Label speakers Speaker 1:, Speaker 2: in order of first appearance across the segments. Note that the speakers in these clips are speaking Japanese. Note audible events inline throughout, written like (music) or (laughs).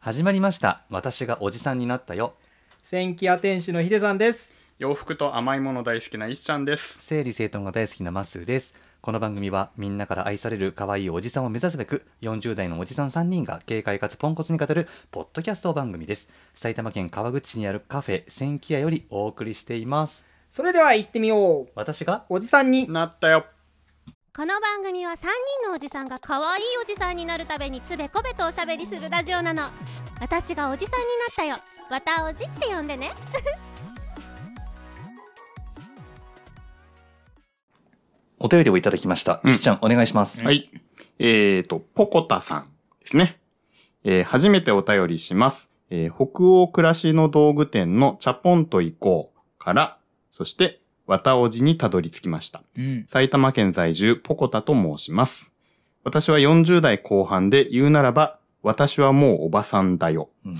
Speaker 1: 始まりました私がおじさんになったよ
Speaker 2: 千キア天使のヒデさんです。
Speaker 3: 洋服と甘いもの大好きなイシちゃんです。
Speaker 1: 整理整頓が大好きなマッスーですこの番組はみんなから愛される可愛いおじさんを目指すべく40代のおじさん3人が軽快かつポンコツに語るポッドキャスト番組です埼玉県川口市にあるカフェ千キ屋よりお送りしています
Speaker 2: それでは行ってみよう。
Speaker 1: 私が
Speaker 2: おじさんに。
Speaker 3: なったよ。
Speaker 4: この番組は3人のおじさんが可愛いおじさんになるためにつべこべとおしゃべりするラジオなの私がおじさんになったよわたおじって呼んでね (laughs)
Speaker 1: お便りをいただきました、
Speaker 3: うん
Speaker 1: しっちゃんお願いします、
Speaker 3: はい。えーと、ポコタさんですね。えー初めてお便りします。えー北欧暮らしの道具店のチャポンと行こうから、そして、わたおじにたどり着きました。
Speaker 2: うん。
Speaker 3: 埼玉県在住、ポコタと申します。私は40代後半で言うならば、私はもうおばさんだよ。
Speaker 2: うん。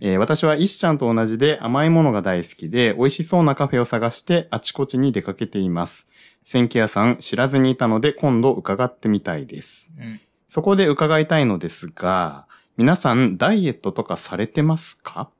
Speaker 3: えー私は石ちゃんと同じで甘いものが大好きで、美味しそうなカフェを探してあちこちに出かけています。千家屋さん知らずにいたので今度伺ってみたいです。
Speaker 2: うん。
Speaker 3: そこで伺いたいのですが、皆さんダイエットとかされてますか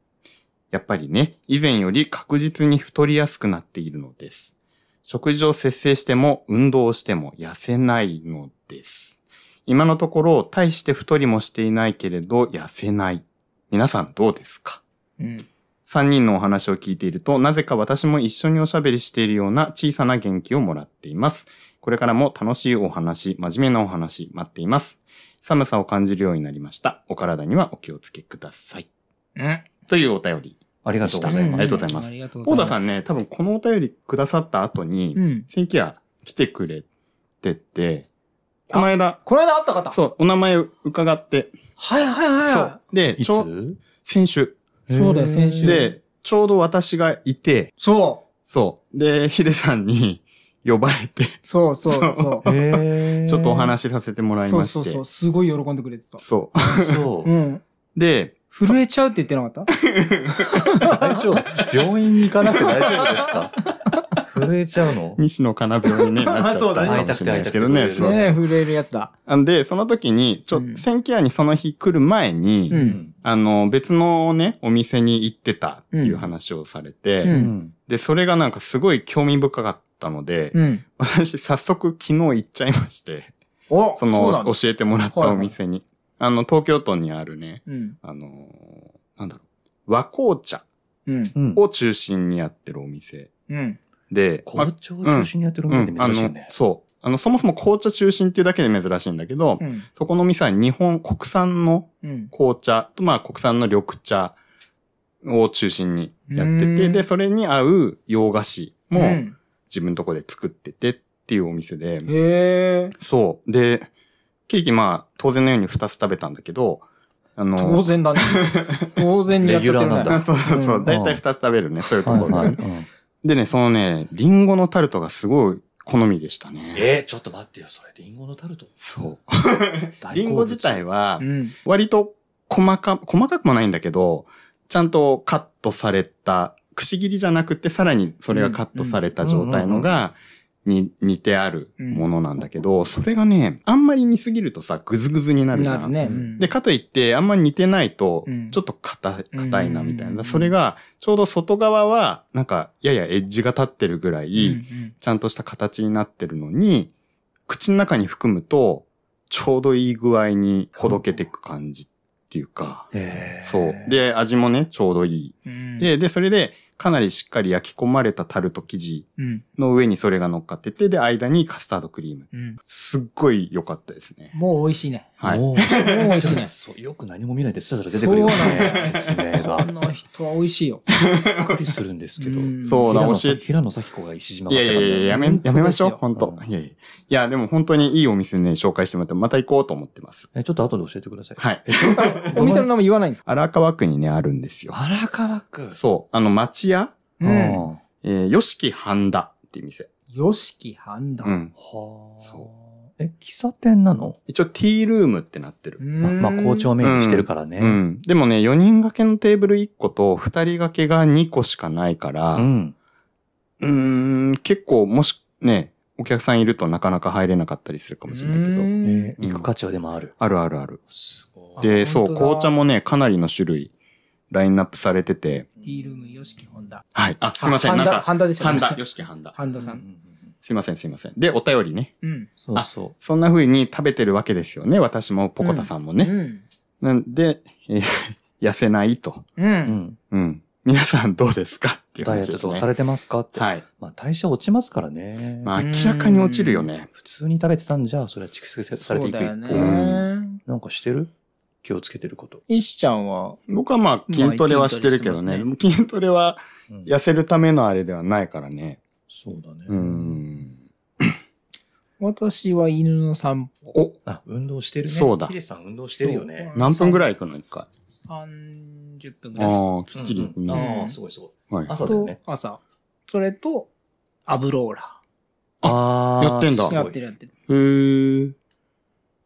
Speaker 3: やっぱりね、以前より確実に太りやすくなっているのです。食事を節制しても運動をしても痩せないのです。今のところ大して太りもしていないけれど痩せない。皆さんどうですか
Speaker 2: うん。
Speaker 3: 三人のお話を聞いていると、なぜか私も一緒におしゃべりしているような小さな元気をもらっています。これからも楽しいお話、真面目なお話、待っています。寒さを感じるようになりました。お体にはお気をつけください。というお便り。
Speaker 1: ありがとうござい
Speaker 3: あ
Speaker 1: ま
Speaker 3: り
Speaker 1: す
Speaker 3: がとうございます
Speaker 2: ありがとうご
Speaker 3: ポ
Speaker 2: ざいま
Speaker 3: ーダ
Speaker 2: す
Speaker 3: さんね、。多分このお便りくださった後に、
Speaker 2: うん。
Speaker 3: センキア来てくれてて、この間、
Speaker 2: この間会った方。
Speaker 3: そう、お名前伺って、
Speaker 2: はいはいはいはい。
Speaker 3: そう。で、
Speaker 1: い
Speaker 3: ちょ、
Speaker 1: つ
Speaker 3: 先週。
Speaker 2: そうだよ先週
Speaker 3: で、ちょうど私がいて、
Speaker 2: そ
Speaker 3: そう。で、ヒデさんに (laughs) 呼ばれて、
Speaker 2: う。そうそう
Speaker 3: そう
Speaker 2: そう。
Speaker 1: えー
Speaker 3: ちょっとお話しさせてもらい
Speaker 2: そ
Speaker 3: ま
Speaker 2: う
Speaker 3: して。
Speaker 2: そ
Speaker 3: そう
Speaker 2: うそう。すごい喜んでくれてた。
Speaker 1: そう
Speaker 2: うん。
Speaker 3: で、
Speaker 2: 震えちゃうって言ってなかった
Speaker 1: (laughs) 大丈夫病院に行かなくて大丈夫です
Speaker 3: (laughs)
Speaker 1: か震えちゃうの
Speaker 3: 西野かな病に、ね、なっちゃっ
Speaker 2: そう
Speaker 3: た
Speaker 2: だね
Speaker 3: かもしれないですけどね。
Speaker 1: 会いたくて会いたくて
Speaker 3: そう
Speaker 2: ねえ、震えるやつだ。
Speaker 3: なんで、その時に、ちょ、
Speaker 2: うん
Speaker 3: センキアにその日来る前に、
Speaker 2: う。
Speaker 1: うんん
Speaker 3: あの、別のね、お店に行ってたっていう話をされて、
Speaker 2: うん
Speaker 1: うん
Speaker 3: で、それがなんかすごい興味深かったので、
Speaker 2: うん。
Speaker 3: 私早速昨日行っちゃいまして、
Speaker 2: お
Speaker 3: そうの
Speaker 2: なんだ
Speaker 3: 教えてもらったお店に。あの、東京都にあるね、
Speaker 2: うん。
Speaker 3: あのーなんだろう、和紅茶
Speaker 2: うん。
Speaker 1: うん
Speaker 3: を中心にやってるお店
Speaker 2: うん。
Speaker 3: で、まあ
Speaker 1: 紅茶を中心にやってるお店って
Speaker 3: あ
Speaker 1: 珍しいよ
Speaker 3: の
Speaker 1: ね、。
Speaker 3: そう。あの、そもそも紅茶中心っていうだけで珍しいんだけど、
Speaker 2: うん。
Speaker 3: そこのお店は日本、国産の
Speaker 2: うん。
Speaker 3: 紅茶と、まあ国産の緑茶を中心にやって
Speaker 2: う
Speaker 3: て、
Speaker 2: ん
Speaker 3: で、それに合う洋菓子
Speaker 2: う
Speaker 3: も
Speaker 2: ん
Speaker 3: 自分のとこで作っててっていうお店で、
Speaker 2: へえ。
Speaker 3: そう。で、ケーキまあ当然のように2つ食べたんだけど、あの、
Speaker 2: 当然
Speaker 3: (laughs)
Speaker 2: だね。当然にやっちゃってる
Speaker 1: レギュラーな
Speaker 2: ね
Speaker 1: ん。
Speaker 3: そうそうそうう。
Speaker 2: ん
Speaker 3: だいたい2つ食べるね、そういうところで。
Speaker 1: うん
Speaker 3: でね、そのね、リンゴのタルトがすごい好みでしたね。
Speaker 1: えー、ちょっと待ってよ、それ。リンゴのタルト。
Speaker 3: そう。
Speaker 1: 大好物
Speaker 3: リンゴ自体は
Speaker 2: う、ん。
Speaker 3: 割と細か、細かくもないんだけど、ちゃんとカットされた、くし切りじゃなくて、さらにそれがカットされた状態のが、に、似てあるものなんだけど、それがね、あんまり似すぎるとさ、ぐずぐずになるじゃ。
Speaker 2: なんるね。うん
Speaker 3: で、かといって、あんまり似てないと
Speaker 2: うん、
Speaker 3: ちょっと硬い、硬いな、みたい
Speaker 2: うん
Speaker 3: な。それが、ちょうど外側は、なんか、ややエッジが立ってるぐらい、
Speaker 2: うん
Speaker 3: ちゃんとした形になってるのに、口の中に含むと、ちょうどいい具合にほどけていく感じっていうか、
Speaker 1: えー
Speaker 3: そう。で、味もね、ちょうどい
Speaker 2: うん
Speaker 3: い。で、で、それで、かなりしっかり焼き込まれたタルト生地
Speaker 2: うん
Speaker 3: の上にそれが乗っかってて、で、間にカスタードクリーム。
Speaker 2: うん
Speaker 3: すっごい良かったですね。
Speaker 2: もう美味しいね。
Speaker 3: はい。
Speaker 1: もう、
Speaker 2: もう美味しいね。
Speaker 1: そうよく何も見ないでスラスラ出てくるよね
Speaker 2: そうなのよ。
Speaker 1: 説明が。
Speaker 2: この人は美味しいよ。
Speaker 1: びっくりするんですけど
Speaker 2: う。ん
Speaker 3: そうだ
Speaker 1: 平野
Speaker 3: 教え
Speaker 1: 平野咲子が石島
Speaker 3: い
Speaker 1: が
Speaker 3: やいやいや、やめ、やめましょう。
Speaker 2: 本
Speaker 3: 本
Speaker 1: 当
Speaker 3: 当
Speaker 1: ですよ
Speaker 3: いやいやいや、でも本当にいいお店ね、紹介してもらって、また行こうと思ってます。
Speaker 1: え、ちょっと後で教えてください。
Speaker 3: はい。
Speaker 1: い
Speaker 2: お店の名前言わないんですか
Speaker 3: 荒川区にね、あるんですよ。
Speaker 1: 荒川区。
Speaker 3: そう。あの、町屋
Speaker 1: う
Speaker 2: うん。
Speaker 1: は
Speaker 3: えー、よしきはんだっていう店。
Speaker 2: よしきはんだ。
Speaker 3: う。ん。
Speaker 1: あ
Speaker 3: そ。
Speaker 1: え、喫茶店なの
Speaker 3: 一応、ティールームってなってる。
Speaker 1: ままあ、校長
Speaker 2: 名。
Speaker 1: メインにしてるからね。
Speaker 3: うん。でもね、4人掛けのテーブル1個と、2人掛けが2個しかないから、
Speaker 1: う。
Speaker 3: うんーん、結構、もし、ね、お客さんいるとなかなか入れなかったりするかもしれないけど、
Speaker 2: うん
Speaker 1: えー行く価値はでもある。
Speaker 3: あるあるある。
Speaker 1: すごい。
Speaker 3: で、そう、
Speaker 2: 本当だ
Speaker 3: 紅茶もね、かなりの種類、ラインナップされてて、
Speaker 2: ティールーム、ヨシキ、ホンダ。
Speaker 3: はい。あ、すいません。
Speaker 2: あ
Speaker 3: なん
Speaker 2: ハ
Speaker 3: か、
Speaker 2: ンダハンダでしょ
Speaker 3: ハンダ、よしきハンダ。
Speaker 2: ハンダ
Speaker 1: う
Speaker 2: さ
Speaker 1: んうん
Speaker 2: ん。
Speaker 3: すいません、すいません。で、お便りね。
Speaker 2: うん。
Speaker 1: そうそ
Speaker 3: そんな風に食べてるわけですよね。私も、ポコタさんも
Speaker 2: う
Speaker 3: ね。
Speaker 2: ん。
Speaker 3: なんで、えー (laughs) 痩せないと。
Speaker 2: う。
Speaker 1: う。うんん。
Speaker 3: うん。皆さんどうですかっていう
Speaker 1: ダイエ
Speaker 3: 話
Speaker 1: ッ
Speaker 3: で
Speaker 1: ト
Speaker 3: す
Speaker 1: と
Speaker 3: ね。
Speaker 1: かされてますかって。
Speaker 3: はい。
Speaker 1: まあ、代謝落ちますからね。
Speaker 3: まあ、明らかに落ちるよね。
Speaker 1: 普通に食べてたんじゃ、それは蓄積されていく一
Speaker 2: そうだ
Speaker 1: 方。
Speaker 2: よ
Speaker 3: う
Speaker 2: ね。
Speaker 1: なんかしてる気をつけてること。
Speaker 2: 石ちゃんは、
Speaker 3: 僕はまあ、筋トレはしてるけど
Speaker 2: まあ筋
Speaker 3: ね。で
Speaker 2: トレ
Speaker 3: も筋トレは
Speaker 1: うん
Speaker 3: 痩せるためのあれではないからね。
Speaker 1: そうだね。
Speaker 3: うん。
Speaker 2: 私は犬の散歩。
Speaker 3: お
Speaker 1: あ、運動してるね。
Speaker 3: そうだ
Speaker 1: ヒデさん運動してるよね。
Speaker 2: そう
Speaker 3: 何分ぐらい行くの一回。
Speaker 2: 30分ぐらい。
Speaker 3: ああ、きっちり行く
Speaker 1: うんう
Speaker 3: ね。
Speaker 1: んあ
Speaker 2: う
Speaker 1: あ、
Speaker 2: ん
Speaker 1: すごいすごい。
Speaker 3: はい。
Speaker 1: 朝だよ
Speaker 2: と
Speaker 1: ね。
Speaker 2: 朝。それと、アブローラ。
Speaker 1: あ
Speaker 3: やってんだ
Speaker 1: すごい
Speaker 2: やってるやってる。
Speaker 3: へー。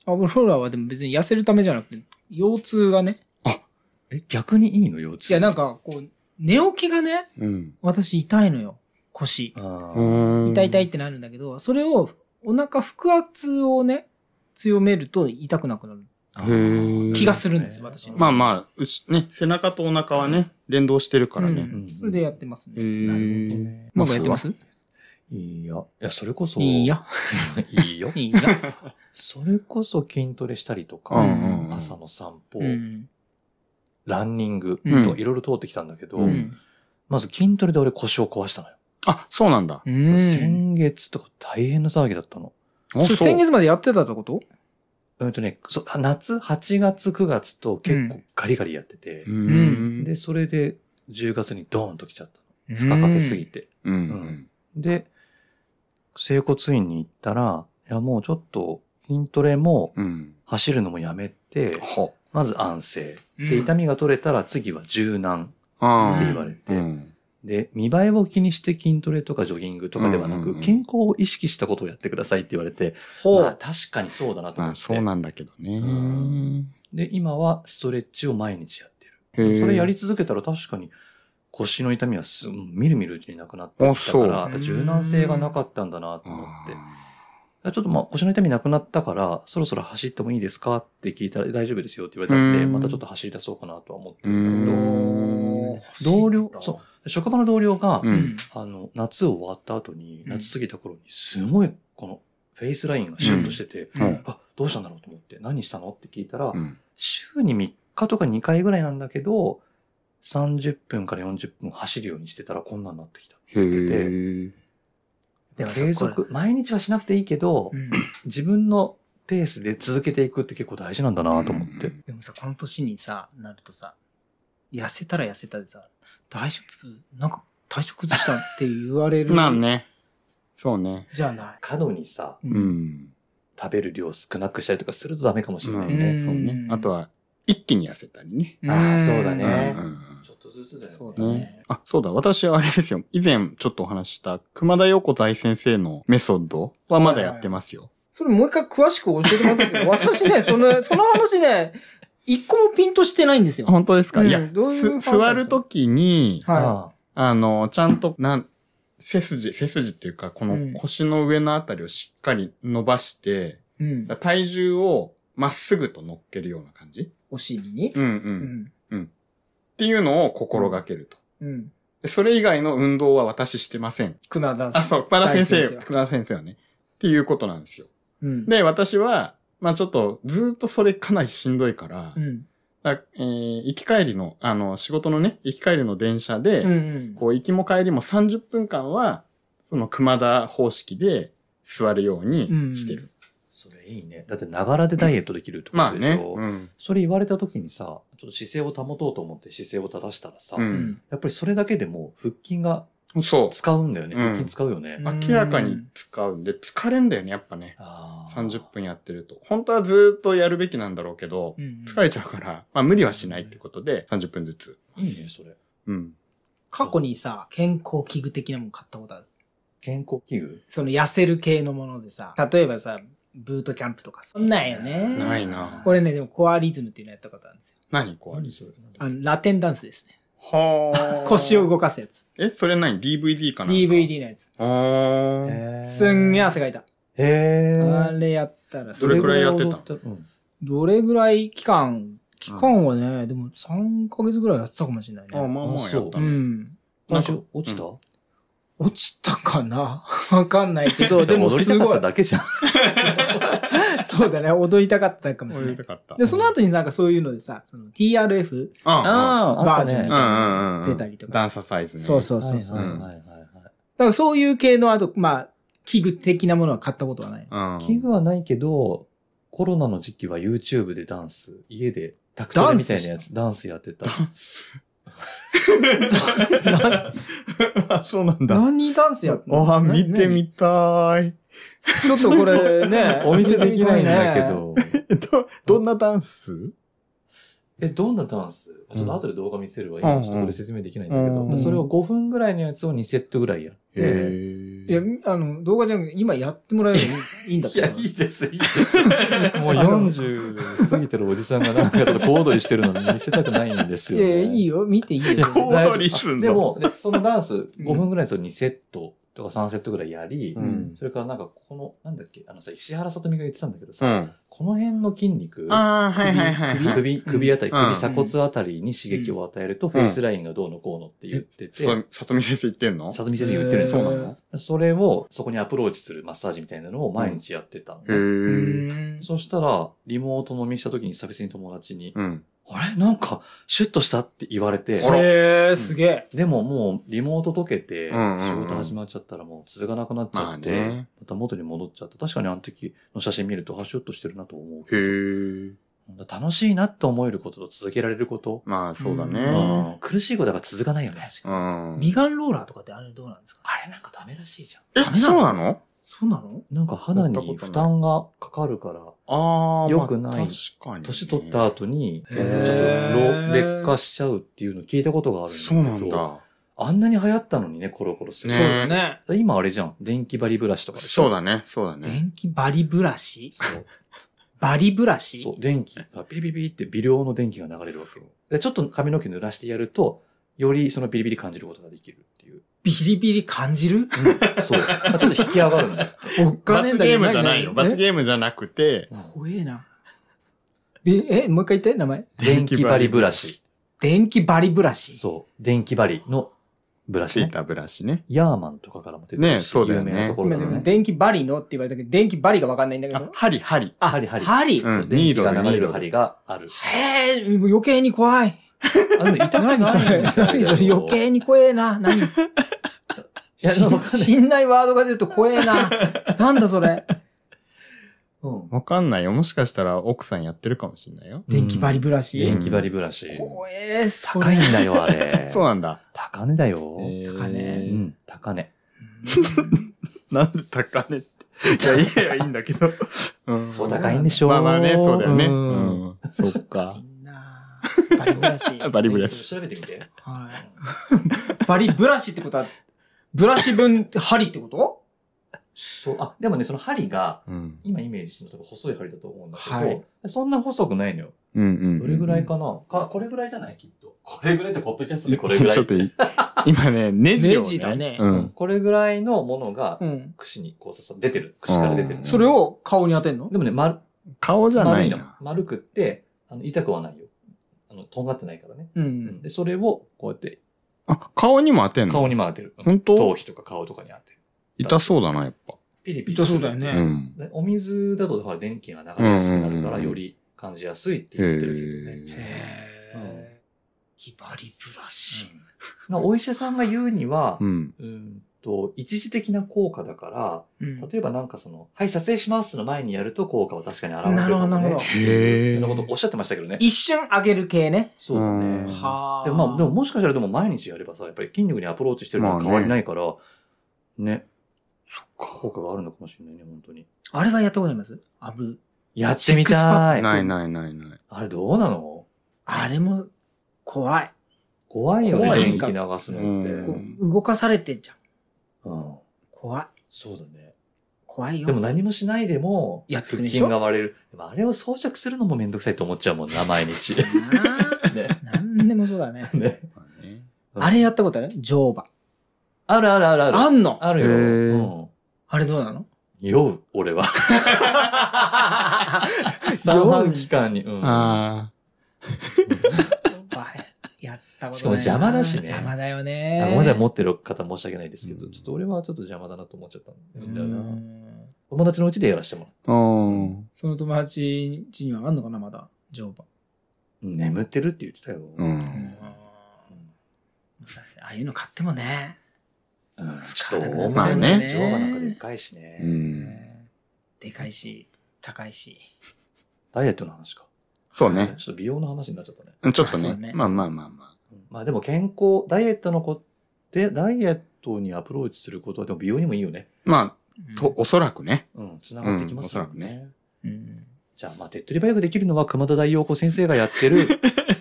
Speaker 2: アブローラはでも別に痩せるためじゃなくて、腰痛がね。
Speaker 1: え、逆にいいの腰痛。
Speaker 2: いや、なんか、こう、寝起きがね、
Speaker 3: うん。
Speaker 2: 私痛いのよ。腰。
Speaker 1: あ
Speaker 3: う
Speaker 1: ー、
Speaker 3: ーん
Speaker 2: 痛い痛いっ。てなるんだけど、それを、お腹腹圧をね、強めると痛くなくなる。
Speaker 1: あ
Speaker 3: へ
Speaker 1: ー
Speaker 3: え
Speaker 2: 気がするんです私
Speaker 3: まあまあ、うち、ね、背中とお腹はね、連動してるから
Speaker 2: う
Speaker 3: ね。
Speaker 2: んそれでやってます
Speaker 3: へ
Speaker 2: ね。
Speaker 1: なる
Speaker 3: ー
Speaker 1: ほどね
Speaker 2: なんかやってます
Speaker 1: いや、いや、それこそ、
Speaker 2: いいや。
Speaker 1: (laughs) いいよ。
Speaker 2: いいや。
Speaker 1: それこそ筋トレしたりとか、
Speaker 3: うんうんうん
Speaker 1: 朝の散歩、
Speaker 2: うん。
Speaker 1: ランニング
Speaker 2: うん
Speaker 1: といろいろ通ってきたんだけど、
Speaker 2: うん。
Speaker 1: まず筋トレで俺腰を壊したのよ。
Speaker 3: あ、そうなんだ。
Speaker 2: うん。
Speaker 1: 先月とか大変な騒ぎだったの。
Speaker 3: あ
Speaker 2: それ
Speaker 3: そう
Speaker 2: 先月までやってたってこと
Speaker 1: うんとね、そ夏、8月、9月と結構ガリガリやってて、
Speaker 3: うーん。
Speaker 1: で、それで10月にドーンと来ちゃったの。負荷かけすぎて。
Speaker 3: うん
Speaker 1: うんで、整骨院に行ったら、いや、もうちょっと筋トレも
Speaker 3: うん。うん。
Speaker 1: 走るのもやめて、
Speaker 3: は。
Speaker 1: まず安静。
Speaker 2: うん
Speaker 1: で、痛みが取れたら次は柔軟
Speaker 3: あ
Speaker 1: って
Speaker 3: ー
Speaker 1: 言われて、
Speaker 3: うん。
Speaker 1: で、見栄えを気にして筋トレとかジョギングとかではな
Speaker 3: うんうんう
Speaker 1: く、
Speaker 3: ん
Speaker 1: 健康を意識したことをやってくださいって言われて、
Speaker 2: ほう
Speaker 1: まあ確かにそうだなと思
Speaker 3: あ、
Speaker 1: って。
Speaker 3: そうなんだけどね
Speaker 1: う。んで、今はストレッチを毎日やって
Speaker 3: へ
Speaker 1: る。
Speaker 3: ー
Speaker 1: それやり続けたら確かに腰の痛みはす、みるみるうちになくなってきたから、や
Speaker 3: あ
Speaker 2: そう
Speaker 1: っぱ柔軟性がなかったんだなと思って。
Speaker 3: あ
Speaker 1: ちょっとまあ腰の痛みなくなったから、そろそろ走ってもいいですかって聞いたら大丈夫ですよって言われたんで、
Speaker 3: うん
Speaker 1: またちょっと走り出そうかなとは思って
Speaker 3: ーう
Speaker 1: るん
Speaker 3: ー
Speaker 1: だ
Speaker 3: ん。
Speaker 1: けど、同僚、そう、職場の同僚が、
Speaker 3: う。
Speaker 2: うんん。
Speaker 1: あの、夏終わった後に、
Speaker 2: うん
Speaker 1: 夏過ぎた頃に、すごい、この、フェイスラインがシュッとしてて、
Speaker 3: うんうん
Speaker 1: あ、どうしたんだろうと思って、何したのって聞いたら
Speaker 3: う、ん。
Speaker 1: 週に3日とか2回ぐらいなんだけど、30分から40分走るようにしてたらこんなんなってきた。
Speaker 3: へー
Speaker 2: でもさ
Speaker 1: 継続、毎日はしなくていいけど、
Speaker 2: うん
Speaker 1: 自分のペースで続けていくって結構大事なんだなと思って。
Speaker 2: でもさ、この年にさ、なるとさ、痩せたら痩せたでさ、大丈夫なんか体調崩したって言われる。
Speaker 3: (laughs) まあね。そうね。
Speaker 2: じゃない。
Speaker 1: 過度にさ、
Speaker 2: う
Speaker 3: う。ん。
Speaker 1: 食べる量少なくしたりとかするとダメかもしれないよ
Speaker 2: うん
Speaker 1: ね。
Speaker 3: そうね。あとは、一気に痩せたりね。
Speaker 2: ん
Speaker 1: ああ、そうだ
Speaker 3: うん
Speaker 1: ね
Speaker 3: う。ん
Speaker 1: ちょっとずつだよね。
Speaker 2: そうだ
Speaker 3: ね。あ、そうだ。私はあれですよ。以前ちょっとお話しした、熊田陽子大先生のメソッドはまだやってますよ。
Speaker 2: それもう一回詳しく教えてもらったんですけ
Speaker 3: (laughs)
Speaker 2: ど、私ね、その、その話ね、一個もピンとしてないんですよ。
Speaker 3: 本当ですか、
Speaker 2: うん
Speaker 3: いや
Speaker 2: どういう話
Speaker 3: す座るときに、
Speaker 2: は
Speaker 1: あ
Speaker 3: あの、ちゃんと、なん、背筋、背筋っていうか、こ
Speaker 2: うん
Speaker 3: の腰の上のあたりをしっかり伸ばして、
Speaker 2: い。うん。
Speaker 3: 体重をまっすぐと乗っけるような感じ
Speaker 2: お尻に。
Speaker 3: うんうん。
Speaker 2: う
Speaker 3: っ
Speaker 2: ん。
Speaker 3: ていうのを心がけると。
Speaker 2: うん。
Speaker 3: でそれ以外の運動は私してません。
Speaker 2: 熊田さん。
Speaker 3: あ、そう、熊田先
Speaker 2: 大
Speaker 3: 生、熊田先生はね。っていうことなんですよ。
Speaker 2: うん。
Speaker 3: で、私は、まあちょっと、ずーっとそれかなりしんどいから、
Speaker 2: うん。
Speaker 3: だえー行き帰りの、あの、仕事のね、行き帰りの電車で、
Speaker 2: うんうん。
Speaker 3: こう、行きも帰りも30分間は、その熊田方式で座るようにしてる。
Speaker 1: それいいね。だって、ながらでダイエットできるってこ
Speaker 3: まあ
Speaker 1: とでし
Speaker 3: ね。
Speaker 1: ょ。
Speaker 3: うん。
Speaker 1: それ言われた時にさ、ちょっと姿勢を保とうと思って姿勢を正したらさ、
Speaker 3: う
Speaker 2: うんん。
Speaker 1: やっぱりそれだけでも腹筋が
Speaker 3: そ
Speaker 1: 使うんだよね。
Speaker 3: うん
Speaker 1: 腹筋使うよね。
Speaker 2: うん
Speaker 3: う。明らかに使うんで、疲れんだよね、やっぱね。
Speaker 1: あー
Speaker 3: 30分やってると。本当はずーっとやるべきなんだろうけど、
Speaker 2: うん
Speaker 3: 疲れちゃうから、まあ無理はしないってことで、30分ずつ。
Speaker 1: いいね、それ。
Speaker 3: うん。
Speaker 2: 過去にさ、健康器具的なもの買ったことある。
Speaker 1: 健康器具
Speaker 2: その痩せる系のものでさ、例えばさ、ブートキャンプとかさ。そんなんよね。
Speaker 3: ないな
Speaker 2: これね、でもコアリズムっていうのやったことあるんですよ。
Speaker 3: 何こうあり
Speaker 1: それ。
Speaker 2: あの、ラテンダンスですね。
Speaker 3: は (laughs) あ。
Speaker 2: 腰を動かすやつ。
Speaker 3: え、それ何 ?DVD かな
Speaker 2: DVD のやつ。
Speaker 3: あー。
Speaker 1: へー
Speaker 2: すんげえ汗かいた。
Speaker 1: へ
Speaker 2: あ
Speaker 1: ー
Speaker 2: れやったらす
Speaker 3: どれくらいやってたの
Speaker 1: どれぐらい踊ったうん
Speaker 2: どれぐらい期間期間はね、でも3ヶ月ぐらいやってたかもしれないね。
Speaker 3: あ、まあまあやった
Speaker 2: う
Speaker 3: ね。
Speaker 2: ん。
Speaker 3: なん
Speaker 1: 今
Speaker 3: か
Speaker 1: 週落ちた、
Speaker 2: 落ちたかな (laughs) わかんないけど、でも
Speaker 1: (laughs) 踊り
Speaker 2: す
Speaker 1: たか
Speaker 2: ご
Speaker 1: っ
Speaker 2: い
Speaker 1: た。だけじゃん。
Speaker 2: そうだね、踊りたかったかもしれ
Speaker 3: 踊
Speaker 2: ない
Speaker 3: り。たかった。
Speaker 2: で、その後になんかそういうのでさ、その TRF
Speaker 3: あ
Speaker 1: ああ、あった
Speaker 2: バージ
Speaker 3: あ、
Speaker 2: ョ
Speaker 1: ね
Speaker 2: ン。
Speaker 3: うんうんうん。
Speaker 2: 出たりとか
Speaker 3: ダンサーサイズね。
Speaker 2: そうそうそうそう。
Speaker 1: はいはい
Speaker 2: だか
Speaker 1: はいはい
Speaker 2: らそういう系の、あと、まあ、器具的なものは買ったことはない。
Speaker 3: うん。
Speaker 1: 器具はないけど、コロナの時期は YouTube でダンス、家でタクト
Speaker 2: ダ
Speaker 1: レ
Speaker 2: ン
Speaker 1: み
Speaker 2: ス
Speaker 1: たいなやつ、ダンスやってた。、
Speaker 3: (laughs) あ、そうなんだ。
Speaker 2: 何ダンスや (laughs) ってんの
Speaker 3: あ、見てみたい。
Speaker 2: ちょっとこれね
Speaker 1: お見せできないんだけ
Speaker 2: 見て
Speaker 1: ど。
Speaker 2: み
Speaker 3: えっと、どんなダンス
Speaker 1: え、どんなダンスちょっと後で動画見せるわ。今ちょっとこれ説明できないんだけど、
Speaker 3: うん
Speaker 1: それを5分ぐらいのやつを2セットぐらいやって。
Speaker 2: たい
Speaker 3: え。
Speaker 2: ね。いや、あの、動画じゃなくて、今やってもらえばいいいいんだ
Speaker 1: い
Speaker 2: け
Speaker 1: や、
Speaker 2: ど。
Speaker 1: いいです、いいです。もう40過ぎてるおじさんがなんかちょっと小躍りしてるのに見せたくないんですよ、
Speaker 2: いや
Speaker 1: ね。
Speaker 2: いいよ、見ていいよ。
Speaker 3: こ小躍りすんの
Speaker 1: でも、でそのダンス5分ぐらいそれ2セットとか3セットぐらいやり、
Speaker 3: うん
Speaker 1: それからなんかこの、なんだっけ、あのさ、石原さとみが言ってたんだけど
Speaker 3: う
Speaker 1: さ、
Speaker 3: ん。
Speaker 1: この辺の筋肉、
Speaker 3: ああ、はいはいはい
Speaker 1: 首、
Speaker 3: は
Speaker 1: 首、
Speaker 3: い。
Speaker 1: 首あたり、
Speaker 3: うん
Speaker 1: 首鎖骨あたりに刺激を与えると、フェイスラインがどうのこうのって言ってて、
Speaker 3: そう、さとみ先生言ってんの
Speaker 1: さとみ先生言ってるんです
Speaker 3: そう
Speaker 1: よ
Speaker 3: なの
Speaker 1: それを、そこにアプローチするマッサージみたいなのを毎日やってたのね。
Speaker 3: へ
Speaker 2: う
Speaker 3: え。
Speaker 2: ん
Speaker 1: そしたら、リモート飲みした時に久々に友達に、
Speaker 3: うん。
Speaker 1: あれなんか、シュッとしたって言われて、
Speaker 2: へえ、すげえ。
Speaker 1: でももうリモート解けて、
Speaker 3: うんうんうん
Speaker 1: 仕事始まっちゃったらもう続かなくなっちゃって、
Speaker 3: ま
Speaker 1: ま
Speaker 3: あね
Speaker 1: た元に戻っちゃった。確かにあの時の写真見ると、ハッシュッとしてるなと思うけど。
Speaker 3: へえ。
Speaker 1: 楽しいなって思えることと続けられること、
Speaker 3: まあ、そうだ
Speaker 2: へ
Speaker 3: ね。
Speaker 2: ー
Speaker 1: うん苦しいことが続かないよね。
Speaker 3: うん。
Speaker 2: ビガンローラーとかってあれどうなんですか
Speaker 1: あれなんかダメらしいじゃ
Speaker 3: え、そうなの
Speaker 2: そうなの
Speaker 1: ん。なんか肌
Speaker 3: やったこ
Speaker 1: に
Speaker 3: とない
Speaker 1: 負担がかかるから、
Speaker 3: ああ、
Speaker 1: 良くない
Speaker 3: まあ確かに。
Speaker 1: 年取った。後に、ちょっと
Speaker 2: へー
Speaker 1: 老劣化しちゃうっていうの聞いたことがあるんだけ
Speaker 3: そ
Speaker 1: ど、
Speaker 3: うなんだ。
Speaker 1: あんなに流行ったのにね、コロコロする。
Speaker 3: ね
Speaker 2: そうですね。
Speaker 1: 今あれじゃん。電気バリブラシとかでしょ
Speaker 3: そうだね、そうだね。
Speaker 2: 電気バリブラシ
Speaker 1: そう
Speaker 2: バリブラシ
Speaker 1: そう、電気がピリピリピリって微量の電気が流れるわけよ。で、ちょっと髪の毛濡らしてやると、よりそのビリビリ感じることができるっていう。
Speaker 2: ビリビリ感じる
Speaker 1: そう。まあちょっと引き上がるん
Speaker 3: (laughs)
Speaker 1: だよ。
Speaker 2: おっか
Speaker 3: 罰
Speaker 2: ねえんだ
Speaker 3: ゲ
Speaker 2: け
Speaker 3: ー
Speaker 2: ど。
Speaker 3: ムじゃないよ。罰
Speaker 2: え
Speaker 3: ゲームじゃなくて、
Speaker 2: 怖えな。え、え、もう一回言って、名前。
Speaker 1: 電気バリブラシ。
Speaker 2: 電気バリブラシ。
Speaker 1: そう。電気バリのブラ
Speaker 3: つ
Speaker 1: シ、
Speaker 3: い
Speaker 1: ね。
Speaker 3: たブラシね。
Speaker 1: ヤーマンとかからも出てく
Speaker 3: ね
Speaker 1: るし、
Speaker 3: そうだよ
Speaker 1: 有
Speaker 3: ね
Speaker 1: 名なところ
Speaker 2: 今
Speaker 1: だ
Speaker 2: で
Speaker 1: よ
Speaker 2: も
Speaker 1: ね。
Speaker 2: 電気バリのって言われたけど、電気バリがわかんないんだけ
Speaker 3: あ
Speaker 2: ど、。
Speaker 3: 針、針。
Speaker 2: あ
Speaker 1: 針針
Speaker 2: 針
Speaker 3: うん
Speaker 1: そう電気が
Speaker 3: ニ
Speaker 1: 流れ
Speaker 3: ードルニード
Speaker 1: る
Speaker 3: ル
Speaker 1: 針がある。
Speaker 2: へえ、もう余計に怖い。
Speaker 1: あ、でも痛くない
Speaker 2: 何それ、
Speaker 1: みたいだけ (laughs)
Speaker 2: 何
Speaker 1: ど
Speaker 2: それ、余計に怖えな。何し
Speaker 1: いやでもわかんない
Speaker 2: 信頼ワードが出ると怖えな。なんだそれ。
Speaker 1: うん
Speaker 3: わかんないよ。もしかしたら奥さんやってるかもしれないよ。。
Speaker 2: 電気バリブラシ。
Speaker 1: 電気バリブラシ。
Speaker 2: 怖え、そ
Speaker 1: 高
Speaker 2: れ。
Speaker 1: いんだよ、あれ
Speaker 3: (laughs) そうなんだ。
Speaker 1: 高値だよ。
Speaker 3: 高
Speaker 1: う
Speaker 2: 値
Speaker 1: ん、高値。
Speaker 3: なんで高値
Speaker 1: (laughs)
Speaker 3: って。いや、いやいや、いいんだけど。うん
Speaker 1: そう高いんでしょ
Speaker 3: まあまあね、そうだよね。うんん。そっか
Speaker 2: み。んなバリブ
Speaker 1: (laughs)
Speaker 2: ラシ。
Speaker 3: バリブラシ。
Speaker 1: 調べてみて。
Speaker 2: はい。バリブラシってことは、ブラシ分って針ってこと
Speaker 1: そう、あ、でもね、その針が、
Speaker 3: うん。
Speaker 1: 今イメージしてるの多分細い針だと思うんだけど、
Speaker 2: はい
Speaker 1: そんな細くないのよ。
Speaker 3: うんうん。
Speaker 1: どれぐらいかな、か、これぐらいじゃないきっと。これぐらいって、ポッドキャストでこれぐらい。
Speaker 3: (laughs) ちょっといい、今ね、ネジを。
Speaker 2: ネジだね
Speaker 3: う
Speaker 1: うんん。。これぐらいのものが
Speaker 2: う、ん。
Speaker 1: 串にこう刺さ出てる。串から出てる
Speaker 3: う
Speaker 1: の。
Speaker 3: ん
Speaker 2: それを顔に当てんの
Speaker 1: でもね、丸、
Speaker 3: 顔じゃな
Speaker 1: 丸
Speaker 3: い
Speaker 1: いの
Speaker 3: な。。
Speaker 1: 丸くって、あの、痛くはないよ。あの、とんがってないからね。
Speaker 2: う
Speaker 1: うんん。で、それを、こうやって、
Speaker 3: あ、顔にも当てんの
Speaker 1: 顔にも当てる。うん
Speaker 3: 本当
Speaker 1: 頭皮とか顔とかに当てる。
Speaker 3: 痛そうだな、やっぱ。
Speaker 1: ピリピリ。
Speaker 2: 痛そうだよね
Speaker 3: う。ん。
Speaker 1: でお水だと、だから電気が流れやすくなるから、
Speaker 3: うん
Speaker 1: より感じやすいって
Speaker 3: へ
Speaker 1: 言ってるけどね。
Speaker 3: え。
Speaker 2: へ
Speaker 1: うん
Speaker 2: ー。ヒバリブラシ。
Speaker 1: なお医者さんが言うには
Speaker 3: う、ん。
Speaker 1: うーんと、一時的な効果だか
Speaker 2: うん
Speaker 1: ら、例えばなんかその、はい、撮影しますの前にやると効果は確かに現れる
Speaker 2: なるほど
Speaker 1: ので
Speaker 2: なるほど
Speaker 3: へー
Speaker 1: そんなことおっしゃってましたけどね。
Speaker 2: 一瞬上げる系ね。
Speaker 1: そうだ
Speaker 3: う
Speaker 1: ね
Speaker 3: ん。
Speaker 2: は
Speaker 1: でもまあ、でももしかしたらでも毎日やればさ、やっぱり筋肉にアプローチしてるのは変わりないから、ね。効果があるのかもしれないね、本当に。
Speaker 2: あれはやったことありますアブ。
Speaker 1: やってみたい。
Speaker 3: ないないないない。
Speaker 1: あれどうなの
Speaker 2: あれも怖い。
Speaker 1: 怖いよね、
Speaker 3: 怖い
Speaker 1: 電気流すのって。
Speaker 3: う
Speaker 2: こ
Speaker 1: うん
Speaker 3: ん
Speaker 2: う動かされてんじゃん。怖い。
Speaker 1: そうだね。
Speaker 2: 怖いよ。
Speaker 1: でも何もしないでも、
Speaker 2: やってく
Speaker 1: 腹
Speaker 2: れるで
Speaker 1: 筋
Speaker 2: しょ
Speaker 1: が割れる。でもあれを装着するのもめんどくさいと思っちゃうもんな、毎日。 (laughs) ね。
Speaker 2: なあなんでもそうだね。
Speaker 1: ね
Speaker 3: まあね
Speaker 2: あれやったことある乗馬。
Speaker 1: あるあるあるある。
Speaker 2: あんの
Speaker 1: あ
Speaker 3: へ
Speaker 1: る
Speaker 3: ー
Speaker 1: よ。うん
Speaker 2: あれどうなの
Speaker 1: 酔う、俺
Speaker 3: (laughs)
Speaker 1: は。三半期間に。うん。
Speaker 3: あ
Speaker 2: やったことないな
Speaker 1: しかも邪魔だしね
Speaker 2: 邪魔だよね。
Speaker 1: あごめんなさい、持ってる方申し訳ないですけど、
Speaker 3: うん
Speaker 1: ちょっと俺はちょっと邪魔だなと思っちゃったんだ
Speaker 2: う
Speaker 1: よな。
Speaker 2: ん
Speaker 1: 友達のうちでやらしてもら
Speaker 3: あ。うん。
Speaker 2: その友達家にはあんのかな、まだ。乗馬。
Speaker 1: う。眠ってるって言ってたよ。
Speaker 3: うん。
Speaker 2: ああいうの買ってもね。
Speaker 1: うんち
Speaker 2: 疲
Speaker 1: ょっ
Speaker 2: れ
Speaker 1: と
Speaker 2: る
Speaker 1: 重い
Speaker 3: まあ
Speaker 1: ね。
Speaker 3: ね
Speaker 1: 乗馬なんかでっかいしね。
Speaker 3: うん。
Speaker 2: でかいし、高いし。
Speaker 1: ダイエットの話か。
Speaker 3: そうね。
Speaker 1: ちょっと美容の話になっちゃったね。
Speaker 3: ちょっと
Speaker 2: あそ
Speaker 3: ね
Speaker 2: う。ね
Speaker 3: まあまあまあま
Speaker 1: うんまあでも健康、ダイエットの子って、ダイエットにアプローチすることは、でも美容にもいいよね。
Speaker 3: あ。ま
Speaker 2: うん
Speaker 3: あ、と、おそらくね。
Speaker 1: うん、繋がってきますよ
Speaker 3: うんおそらく
Speaker 1: ね。
Speaker 2: うん
Speaker 1: じゃあ、まあ、手っ取り早くできるのは、熊田大陽子先生がやってる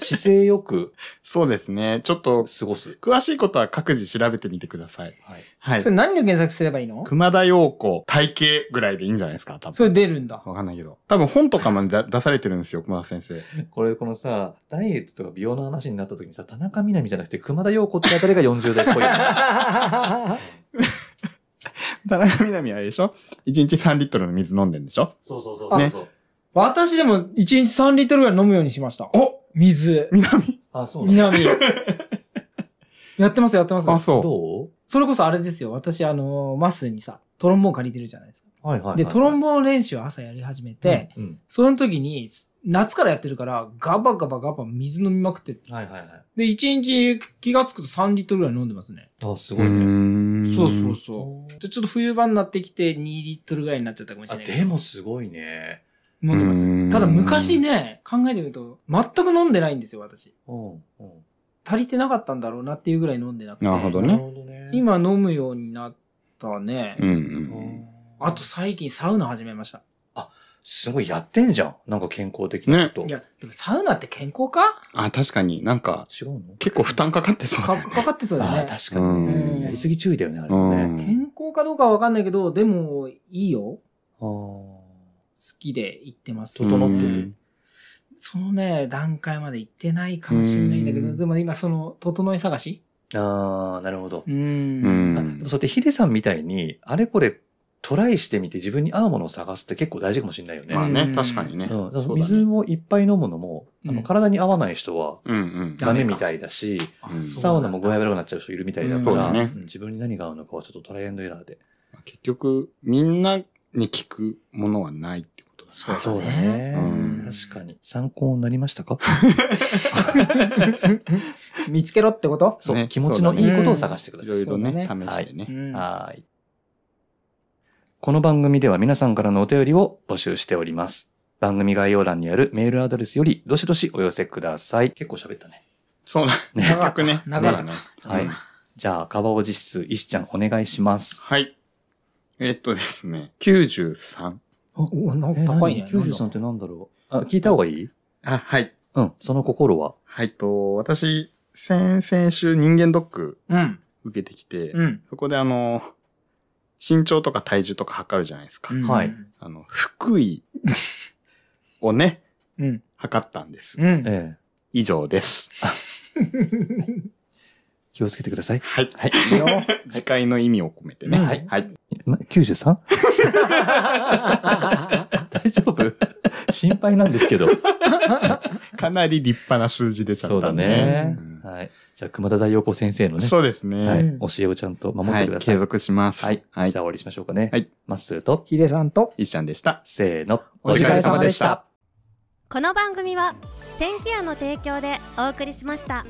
Speaker 1: 姿勢よく
Speaker 3: そうですね。ちょっと、
Speaker 1: 過ごす。
Speaker 3: 詳しいことは各自調べてみてください。
Speaker 1: はい。
Speaker 3: はい
Speaker 2: そ。れ何で検索すればいいの
Speaker 3: 熊田陽子体型ぐらいでいいんじゃないですか多
Speaker 2: そ
Speaker 3: 分。
Speaker 2: れ出るんだ。
Speaker 3: わかんないけど。多分本とかまでだ (laughs) 出されてるんですよ、熊田
Speaker 2: (laughs)
Speaker 3: 先生。
Speaker 1: これ、このさ、ダイエットとか美容の話になった時にさ、田中みな実じゃなくて熊田陽子ってあたりが40代っぽいよね。
Speaker 3: 田中みなみあれでしょ ?1 日3リットルの水飲んでんでしょ
Speaker 1: そうそうそう
Speaker 3: そう
Speaker 1: そう。
Speaker 2: 私でも1日3リットルぐらい飲むようにしました。
Speaker 3: お
Speaker 2: 水。
Speaker 3: みなみ
Speaker 1: あ、そうなんだ。
Speaker 2: (laughs) 南。やってます、やってます。
Speaker 3: あ、そう。
Speaker 1: ど
Speaker 2: それこそあれですよ。私、あのーマスにさ、トロンボーン借りてるじゃないですか。
Speaker 1: うはいはいはい。
Speaker 2: で、トロンボーン練習を朝やり始めて、
Speaker 1: うん、うん
Speaker 2: その時に、す夏からやってるから、ガバガバガバ水飲みまくって、
Speaker 1: はいはいはい。
Speaker 2: で、1日気がつくと3リットルぐらい飲んでますね。
Speaker 1: あ、す
Speaker 3: う
Speaker 1: ごいね。
Speaker 3: ーん
Speaker 2: そうそうそう。でちょっと冬場になってきて2リットルぐらいになっちゃったかもし
Speaker 1: あ、
Speaker 2: れないけど。
Speaker 1: でもすごいね。
Speaker 2: 飲んでます
Speaker 3: う
Speaker 2: よ
Speaker 3: ーん
Speaker 2: ただ昔ね、考えてみると、全く飲んでないんですよ、私。
Speaker 1: うん、うん。
Speaker 2: 足りてなかったんだろうなっていうぐらい飲んでなくて。
Speaker 3: なるほどね
Speaker 1: なるほどね。
Speaker 2: 今飲むようになったね。
Speaker 3: うんう。
Speaker 1: うんん、
Speaker 2: あと最近サウナ始めました。
Speaker 1: すごいやってんじゃん。なんか健康的なこと。
Speaker 2: いや、でもサウナって健康か
Speaker 3: あ、確かになんか、
Speaker 1: 違うの
Speaker 3: 結構負担かかってそうだ
Speaker 2: か
Speaker 3: よね。
Speaker 2: かかってそうだ
Speaker 1: あ
Speaker 2: よ
Speaker 1: あ、
Speaker 2: ね。
Speaker 1: 確かにね、
Speaker 2: うん
Speaker 1: やりすぎ注意だよね、あれ
Speaker 3: う
Speaker 1: もね。
Speaker 3: ん。
Speaker 2: 健康かどうかはわかんないけど、でも、いいよ。好
Speaker 1: あー
Speaker 2: きで行ってます。
Speaker 1: 整ってる
Speaker 3: うん
Speaker 2: そのね、段階まで行ってないかもしれないんだけ
Speaker 3: う
Speaker 2: ど、
Speaker 3: ん
Speaker 2: でも今その、整い探し
Speaker 1: あー、なるほど。
Speaker 2: う。
Speaker 3: うん
Speaker 1: あ
Speaker 3: ん
Speaker 1: でも。そうやってヒデさんみたいに、あれこれトライしてみて自分に合うものを探すって結構大事かもしれないよね。
Speaker 3: まあ
Speaker 2: う
Speaker 3: ね、
Speaker 2: ん
Speaker 3: 確かに
Speaker 1: う
Speaker 3: ね。
Speaker 1: ん、だから
Speaker 3: そうだね
Speaker 1: 水をいっぱい飲むのも、あ
Speaker 2: う
Speaker 1: の
Speaker 2: ん
Speaker 1: 体に合わない人は
Speaker 3: うんうん。
Speaker 1: ダメみたいだし、
Speaker 2: あ
Speaker 3: うん
Speaker 2: そう
Speaker 1: サ
Speaker 2: な
Speaker 1: ウ
Speaker 2: んだ
Speaker 1: ナも具合悪くなっちゃう人いるみたいだか
Speaker 2: うんそう
Speaker 1: ら、
Speaker 2: だ
Speaker 3: ね
Speaker 1: うん自分に何が合うのかはちょっとトライアンドエラーで。
Speaker 3: 結局、みんなに聞くものはないってことだね
Speaker 2: そうだね
Speaker 1: だね
Speaker 3: うん
Speaker 1: 確かに。参考になりましたか
Speaker 2: 見つけろってこと
Speaker 1: そう、
Speaker 3: ね
Speaker 1: 気持ちのいいことを探してくだ
Speaker 3: い
Speaker 1: さい。
Speaker 3: ろいろね
Speaker 2: そ、
Speaker 3: 試してね。
Speaker 2: うん
Speaker 1: はーい。この番組では皆さんからのお便りを募集しております。番組概要欄にあるメールアドレスより、どしどしお寄せください。結構喋ったね。
Speaker 3: そうだ。
Speaker 1: ね
Speaker 3: 結局ね。
Speaker 2: (laughs) 長い
Speaker 3: ね。
Speaker 1: はい。じゃあ、川尾実質、石ちゃんお願いします。
Speaker 3: はい。えっとですね、93。
Speaker 2: おなんか高いね。
Speaker 1: 93ってなんだろう。あ、聞いた方がいい
Speaker 3: あ、はい。
Speaker 1: うん、その心は。
Speaker 3: はいと、私、先々週人間ドック
Speaker 2: うん。
Speaker 3: 受けてきて、
Speaker 2: うん。
Speaker 3: そこであの、身長とか体重とか測るじゃないですか。
Speaker 2: うん
Speaker 1: はい。
Speaker 3: あの、福井をね、
Speaker 2: うん。
Speaker 3: 測ったんです。
Speaker 2: うん。
Speaker 1: ええ。
Speaker 3: 以上です。
Speaker 1: 気をつけてください。
Speaker 3: はい。
Speaker 1: はい。
Speaker 2: いいよ。
Speaker 3: (laughs) 次回の意味を込めてね。
Speaker 2: うん
Speaker 3: はい。はい。
Speaker 1: ま (laughs) 93? 大丈夫心配なんですけど。
Speaker 3: かなり立派な数字出ちゃった
Speaker 1: そうだね
Speaker 3: う。ん
Speaker 1: はい。じゃあ、熊田大陽子先生のね、
Speaker 3: そうです
Speaker 1: は
Speaker 3: ね。
Speaker 1: い、教えをちゃんと守っ
Speaker 3: は
Speaker 1: て
Speaker 3: い
Speaker 1: くだ。さい
Speaker 3: 継。続します。
Speaker 1: はい。
Speaker 3: はい
Speaker 1: じゃ。あ終わりしましょうかね。
Speaker 3: はい。
Speaker 1: まっすーと、
Speaker 2: ヒデさんと、
Speaker 3: いっちゃんでした。
Speaker 1: せーの。
Speaker 2: お疲れ様でした。
Speaker 4: この番組は「センキュー」の提供でお送りしました。